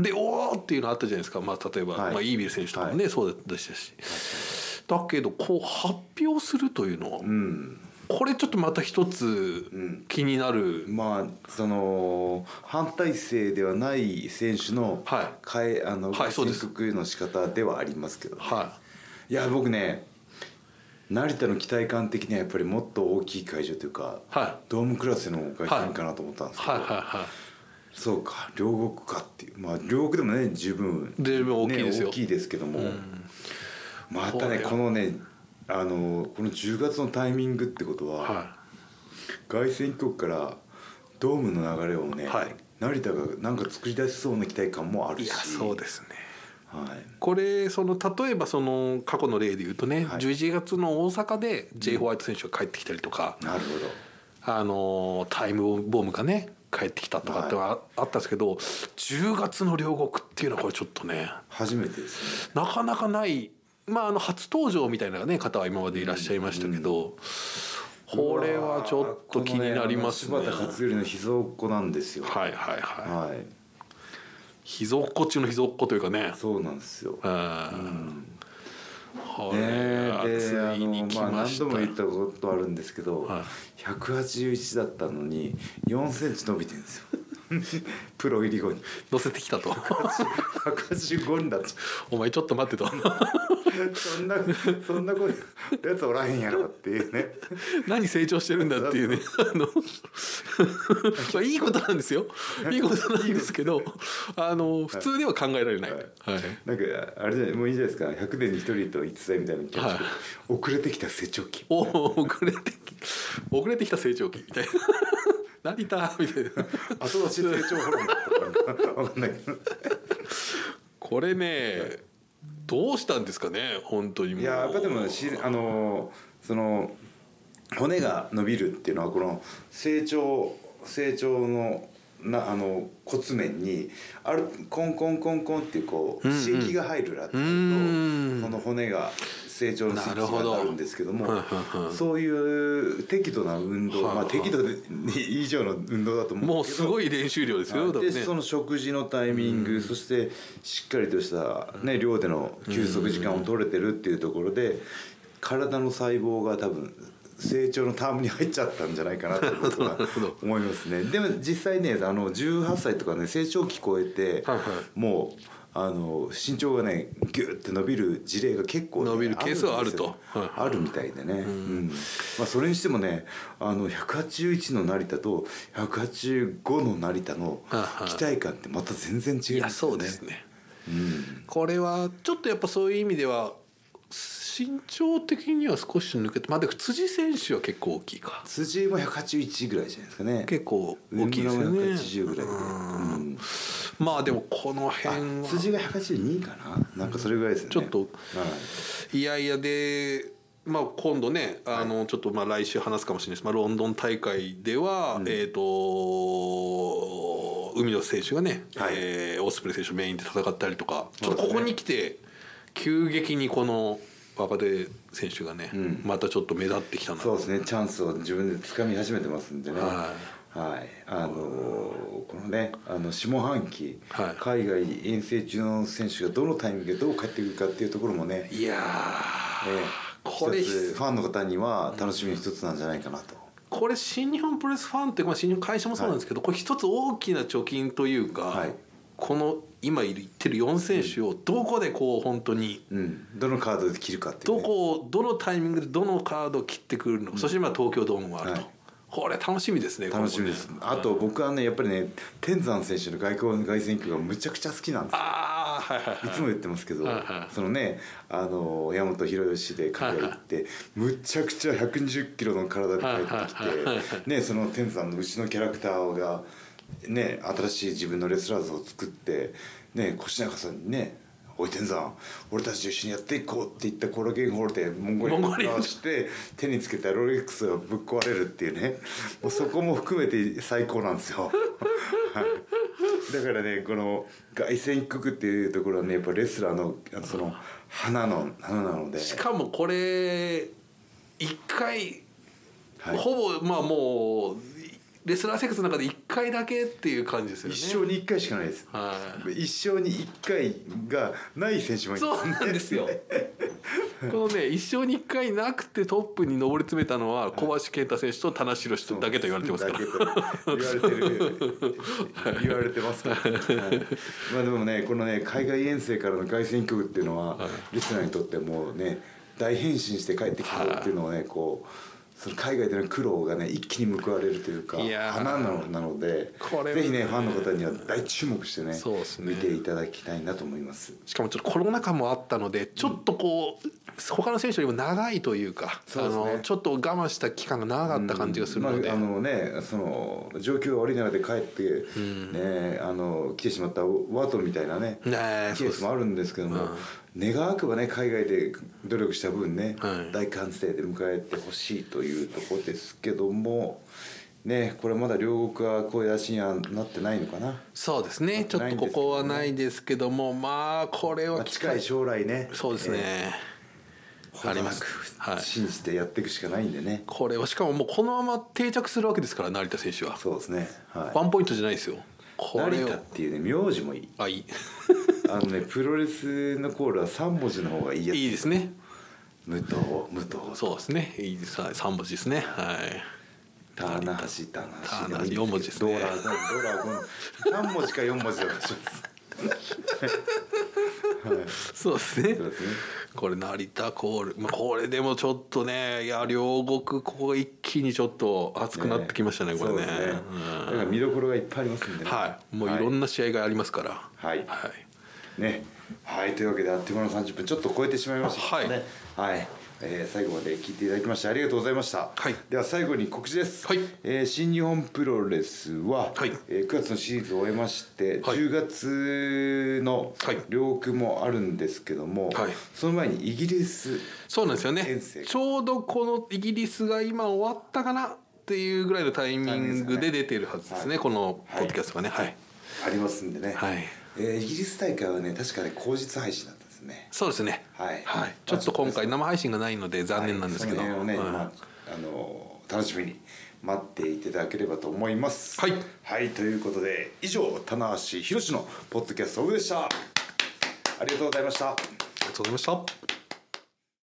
Speaker 2: でおおっていうのあったじゃないですか、まあ、例えば、
Speaker 1: はい
Speaker 2: まあ、イービル選手とかもね、そうでしたし、だけどこう発表するというのは、
Speaker 1: うん
Speaker 2: これちょっとまた一つ
Speaker 1: ん
Speaker 2: 気になる、
Speaker 1: まあその反体制ではない選手の
Speaker 2: はい
Speaker 1: かえあの
Speaker 2: はいそうです
Speaker 1: 進捗の仕方ではありますけど、、
Speaker 2: はい
Speaker 1: や僕ね成田の期待感的にはやっぱりもっと大きい会場というか、
Speaker 2: は
Speaker 1: ドームクラスの凱旋かなと思ったんで
Speaker 2: い
Speaker 1: すけど、
Speaker 2: はいはいはい
Speaker 1: そうか両国かっていうまあ両国でもね十分
Speaker 2: 十分大きいですよ
Speaker 1: ね、大きいですけども、またね
Speaker 2: これは
Speaker 1: このねあのこの10月のタイミングってことは、
Speaker 2: は
Speaker 1: 凱旋局からドームの流れをね、
Speaker 2: はい
Speaker 1: 成田がなんか作り出しそうな期待感もある
Speaker 2: い、
Speaker 1: し
Speaker 2: いやそうですね
Speaker 1: はい
Speaker 2: これその例えばその過去の例で言うとね、
Speaker 1: はい
Speaker 2: 11月の大阪で J. ホワイト選手が帰ってきたりとか、
Speaker 1: なるほ
Speaker 2: あのタイムボムがね帰ってきたとかってのはああったんですけど、10月の両国っていうのはこれちょっとね
Speaker 1: ど初めてですね
Speaker 2: なかなかない、まあ、あの初登場みたいな、ね、方は今までいらっしゃいましたけど、これはちょっと気になりますね。
Speaker 1: この柴田勝頼の秘蔵っ子なんですよ
Speaker 2: はいはいはい
Speaker 1: はい
Speaker 2: 秘蔵っ子中の秘蔵っ子というかね。
Speaker 1: そうなんですよ
Speaker 2: うんこ
Speaker 1: ね
Speaker 2: れは
Speaker 1: え
Speaker 2: つ
Speaker 1: であ
Speaker 2: いに
Speaker 1: の
Speaker 2: 来
Speaker 1: まあ
Speaker 2: ま
Speaker 1: 何
Speaker 2: した
Speaker 1: 度も言ったことあるんですけど、
Speaker 2: はい
Speaker 1: 181だったのに4センチ伸びてるんですよ プロ入り後に
Speaker 2: 乗せてきたと
Speaker 1: 185になっちゃ
Speaker 2: お前ちょっと待っ てと
Speaker 1: う そんなそんなことやつおらへんやろっていう ね
Speaker 2: 何成長してるんだっていうねあのまあ いいことなんですよいいことなんですけどあの普通では考えられない、
Speaker 1: はい
Speaker 2: はい
Speaker 1: なんかあれじゃないもういいじゃないですか100年に1人と言ってたみたいな気がして、
Speaker 2: は
Speaker 1: 遅れてきた成長 期
Speaker 2: おお遅れてき遅れてきた成長期みたいな 成田みたいな
Speaker 1: 後出し成長ホルモンとか わかんないけど
Speaker 2: これね、どうしたんですかね本当にもう
Speaker 1: いややっぱでもしあのその骨が伸びるっていうのはこの成長成長のなあの骨面にあるコンコンコンコンっていうこう刺激が入るらっていうとこの骨が成長のスイッチがなるんですけども
Speaker 2: なるほど
Speaker 1: そういう適度な運動
Speaker 2: はい
Speaker 1: まあ
Speaker 2: はい
Speaker 1: 適度で以上の運動だと思うんですけど
Speaker 2: もうすごい練習量ですよ、だって
Speaker 1: で
Speaker 2: ね
Speaker 1: その食事のタイミング、そしてしっかりとした、ね、量での休息時間を取れてるっていうところで体の細胞が多分成長のタームに入っちゃったんじゃないかなってこと が思いますねでも実際ねあの18歳とかね成長期超えて、
Speaker 2: はいはい
Speaker 1: もうあの身長がねギューって伸びる事例が結構、ね、
Speaker 2: 伸びるケースはある
Speaker 1: んですよね
Speaker 2: とはい
Speaker 1: あるみたいでね、うんまあ、それにしてもねあの181の成田と185の成田の
Speaker 2: はいはい
Speaker 1: 期待感ってまた全然違
Speaker 2: い
Speaker 1: い
Speaker 2: や
Speaker 1: ますよ
Speaker 2: そうですね、これはちょっとやっぱそういう意味では身長的には少し抜けてまあでも辻選手は結構大きいか
Speaker 1: 辻も181ぐらいじゃないですかね
Speaker 2: 結構大きいですよね
Speaker 1: 上村が180ぐらいで、うん
Speaker 2: まあでもこの辺
Speaker 1: あ
Speaker 2: は
Speaker 1: 辻が182かななんかそれぐらいですね
Speaker 2: ちょっと
Speaker 1: はい
Speaker 2: いやいやで、まあ、今度ねあのちょっとまあ来週話すかもしれないです、まあ、ロンドン大会では、えっ、と海野選手がね、
Speaker 1: はい
Speaker 2: えーオスプレイ選手メインで戦ったりとかちょっ
Speaker 1: そう
Speaker 2: と
Speaker 1: で
Speaker 2: こ
Speaker 1: す
Speaker 2: こ
Speaker 1: ね
Speaker 2: に来て急激にこの若手選手がね、またちょっと目立ってきたな
Speaker 1: そうですねチャンスを自分で掴み始めてますんでね
Speaker 2: は
Speaker 1: はい、あのーこのねあの下半期、
Speaker 2: はい
Speaker 1: 海外遠征中の選手がどのタイミングでどう帰ってくるかっていうところもね、
Speaker 2: いや
Speaker 1: え
Speaker 2: ー、
Speaker 1: え
Speaker 2: これ
Speaker 1: 一つファンの方には楽しみの一つなんじゃないかなと、
Speaker 2: これ新日本プロレスファンっていうか、まあ、新日本会社もそうなんですけど、これ一つ大きな貯金というか、
Speaker 1: はい
Speaker 2: この今言ってる4選手をどこでこう本当に、
Speaker 1: うん、どのカードで切るかっていう、
Speaker 2: ど
Speaker 1: ね、
Speaker 2: こをどのタイミングでどのカードを切ってくるのか、そして今東京ドームがあると、
Speaker 1: はい
Speaker 2: これ楽しみですね
Speaker 1: 楽しみです、
Speaker 2: 今後ね
Speaker 1: あと僕はねやっぱりね天山選手の外交外選挙がむちゃくちゃ好きなんですよ
Speaker 2: ああはいはいはい
Speaker 1: いつも言ってますけど、
Speaker 2: はいはい
Speaker 1: そのねあの大和広義で海外行って、むちゃくちゃ120キロの体で帰ってきて、
Speaker 2: はいはいは
Speaker 1: ね、その天山のうちのキャラクターが、ね、新しい自分のレスラー像を作って、ね、越中さんにね「おい天山俺たちと一緒にやっていこう」って言ったコーラゲンホールでモンゴリア
Speaker 2: モンゴリ
Speaker 1: に
Speaker 2: ア
Speaker 1: 回して手につけたロレックスがぶっ壊れるっていうねもうそこも含めて最高なんですよ。だからねこの凱旋一国っていうところはねやっぱレスラーのあのその花の花なので
Speaker 2: しかもこれ一回、
Speaker 1: はい
Speaker 2: ほぼまあもうレスラー生活の中で一回だけっていう感じですよね
Speaker 1: 一生に一回しかないです、
Speaker 2: はい
Speaker 1: 一生に一回がない選手もいる
Speaker 2: そうなんですよ。 このね一生に一回なくてトップに上り詰めたのは小橋健太選手と棚城氏だけと言われてますから。
Speaker 1: だけと言われてる言われてますから、はいまあでもねこのね海外遠征からの凱旋局っていうのは、リスナーにとってもうね大変身して帰ってきたっていうのをね、こうその海外での苦労がね一気に報われるというか
Speaker 2: いやー
Speaker 1: 花なのなので
Speaker 2: これはね
Speaker 1: ぜひねファンの方には大注目してね
Speaker 2: そうですね
Speaker 1: 見ていただきたいなと思います。
Speaker 2: しかもちょっとコロナ禍もあったのでちょっとこう、他の選手よりも長いというか
Speaker 1: そうですね
Speaker 2: あのちょっと我慢した期間が長かった感じがするので、
Speaker 1: まあ、あのねその状況が悪い中で帰って、ねあの来てしまったワトみたいなね
Speaker 2: ねえ
Speaker 1: ケ
Speaker 2: そ
Speaker 1: ー
Speaker 2: うです
Speaker 1: スもあるんですけども、願わくばね海外で努力した分ね、
Speaker 2: はい
Speaker 1: 大歓声で迎えてほしいというところですけどもねこれまだ両国は声出しにはなってないのかな、
Speaker 2: そうですねちょっとここはないですけどもまあこれ
Speaker 1: ま
Speaker 2: は
Speaker 1: あ、近い将来ね
Speaker 2: そうですね。
Speaker 1: えー
Speaker 2: あります
Speaker 1: ほどな
Speaker 2: はい
Speaker 1: く信じてやっていくしかないんでね、
Speaker 2: これはしかももうこのまま定着するわけですから成田選手は
Speaker 1: そうですねはい
Speaker 2: ワンポイントじゃないですよこれ
Speaker 1: 成
Speaker 2: を
Speaker 1: 田っていうね名字もいい
Speaker 2: あいい
Speaker 1: あのねプロレスのコールは3文字の方がいいやつ
Speaker 2: いいですね
Speaker 1: 武藤武藤
Speaker 2: そうですね。いいですはい三文字ですね。はい。
Speaker 1: 棚橋棚橋
Speaker 2: 棚橋四文字です
Speaker 1: ド
Speaker 2: ね
Speaker 1: ラゴンドラゴン3文字か4文字だとします
Speaker 2: そうですね
Speaker 1: そう。ですね
Speaker 2: これ成田コール、まあこれでもちょっとね、いや両国ここが一気にちょっと熱くなってきましたね。これ
Speaker 1: そ
Speaker 2: ね。
Speaker 1: うですね
Speaker 2: うん
Speaker 1: だから見どころがいっぱいありますんでね
Speaker 2: はい。もういろんな試合がありますから。
Speaker 1: はいはい
Speaker 2: はい。
Speaker 1: ねはいというわけであっという間の30分ちょっと超えてしまいましたけどねはいえー最後まで聞いていただきましてありがとうございました、
Speaker 2: はい
Speaker 1: では最後に告知です、
Speaker 2: はい
Speaker 1: えー新日本プロレスは、
Speaker 2: はい
Speaker 1: えー9月のシリーズを終えまして、
Speaker 2: はい
Speaker 1: 10月の
Speaker 2: はい
Speaker 1: 両国もあるんですけども、
Speaker 2: はい
Speaker 1: その前にイギリス
Speaker 2: そうなんですよね
Speaker 1: 遠征
Speaker 2: ちょうどこのイギリスが今終わったかなっていうぐらいのタイミングで出ているはずですね
Speaker 1: はい
Speaker 2: このポッドキャストがねはい、
Speaker 1: ありますんでね、
Speaker 2: はい
Speaker 1: えーイギリス大会はね確かね後日配信だったんですね
Speaker 2: そうですね
Speaker 1: はい
Speaker 2: ちょっと今回生配信がないので残念なんですけど、
Speaker 1: はいその辺をね、
Speaker 2: うん
Speaker 1: まあ、あの楽しみに待っていただければと思います
Speaker 2: はい、
Speaker 1: はい、ということで以上棚橋宏のポッドキャストオフでしたありがとうございました
Speaker 2: ありがとうございました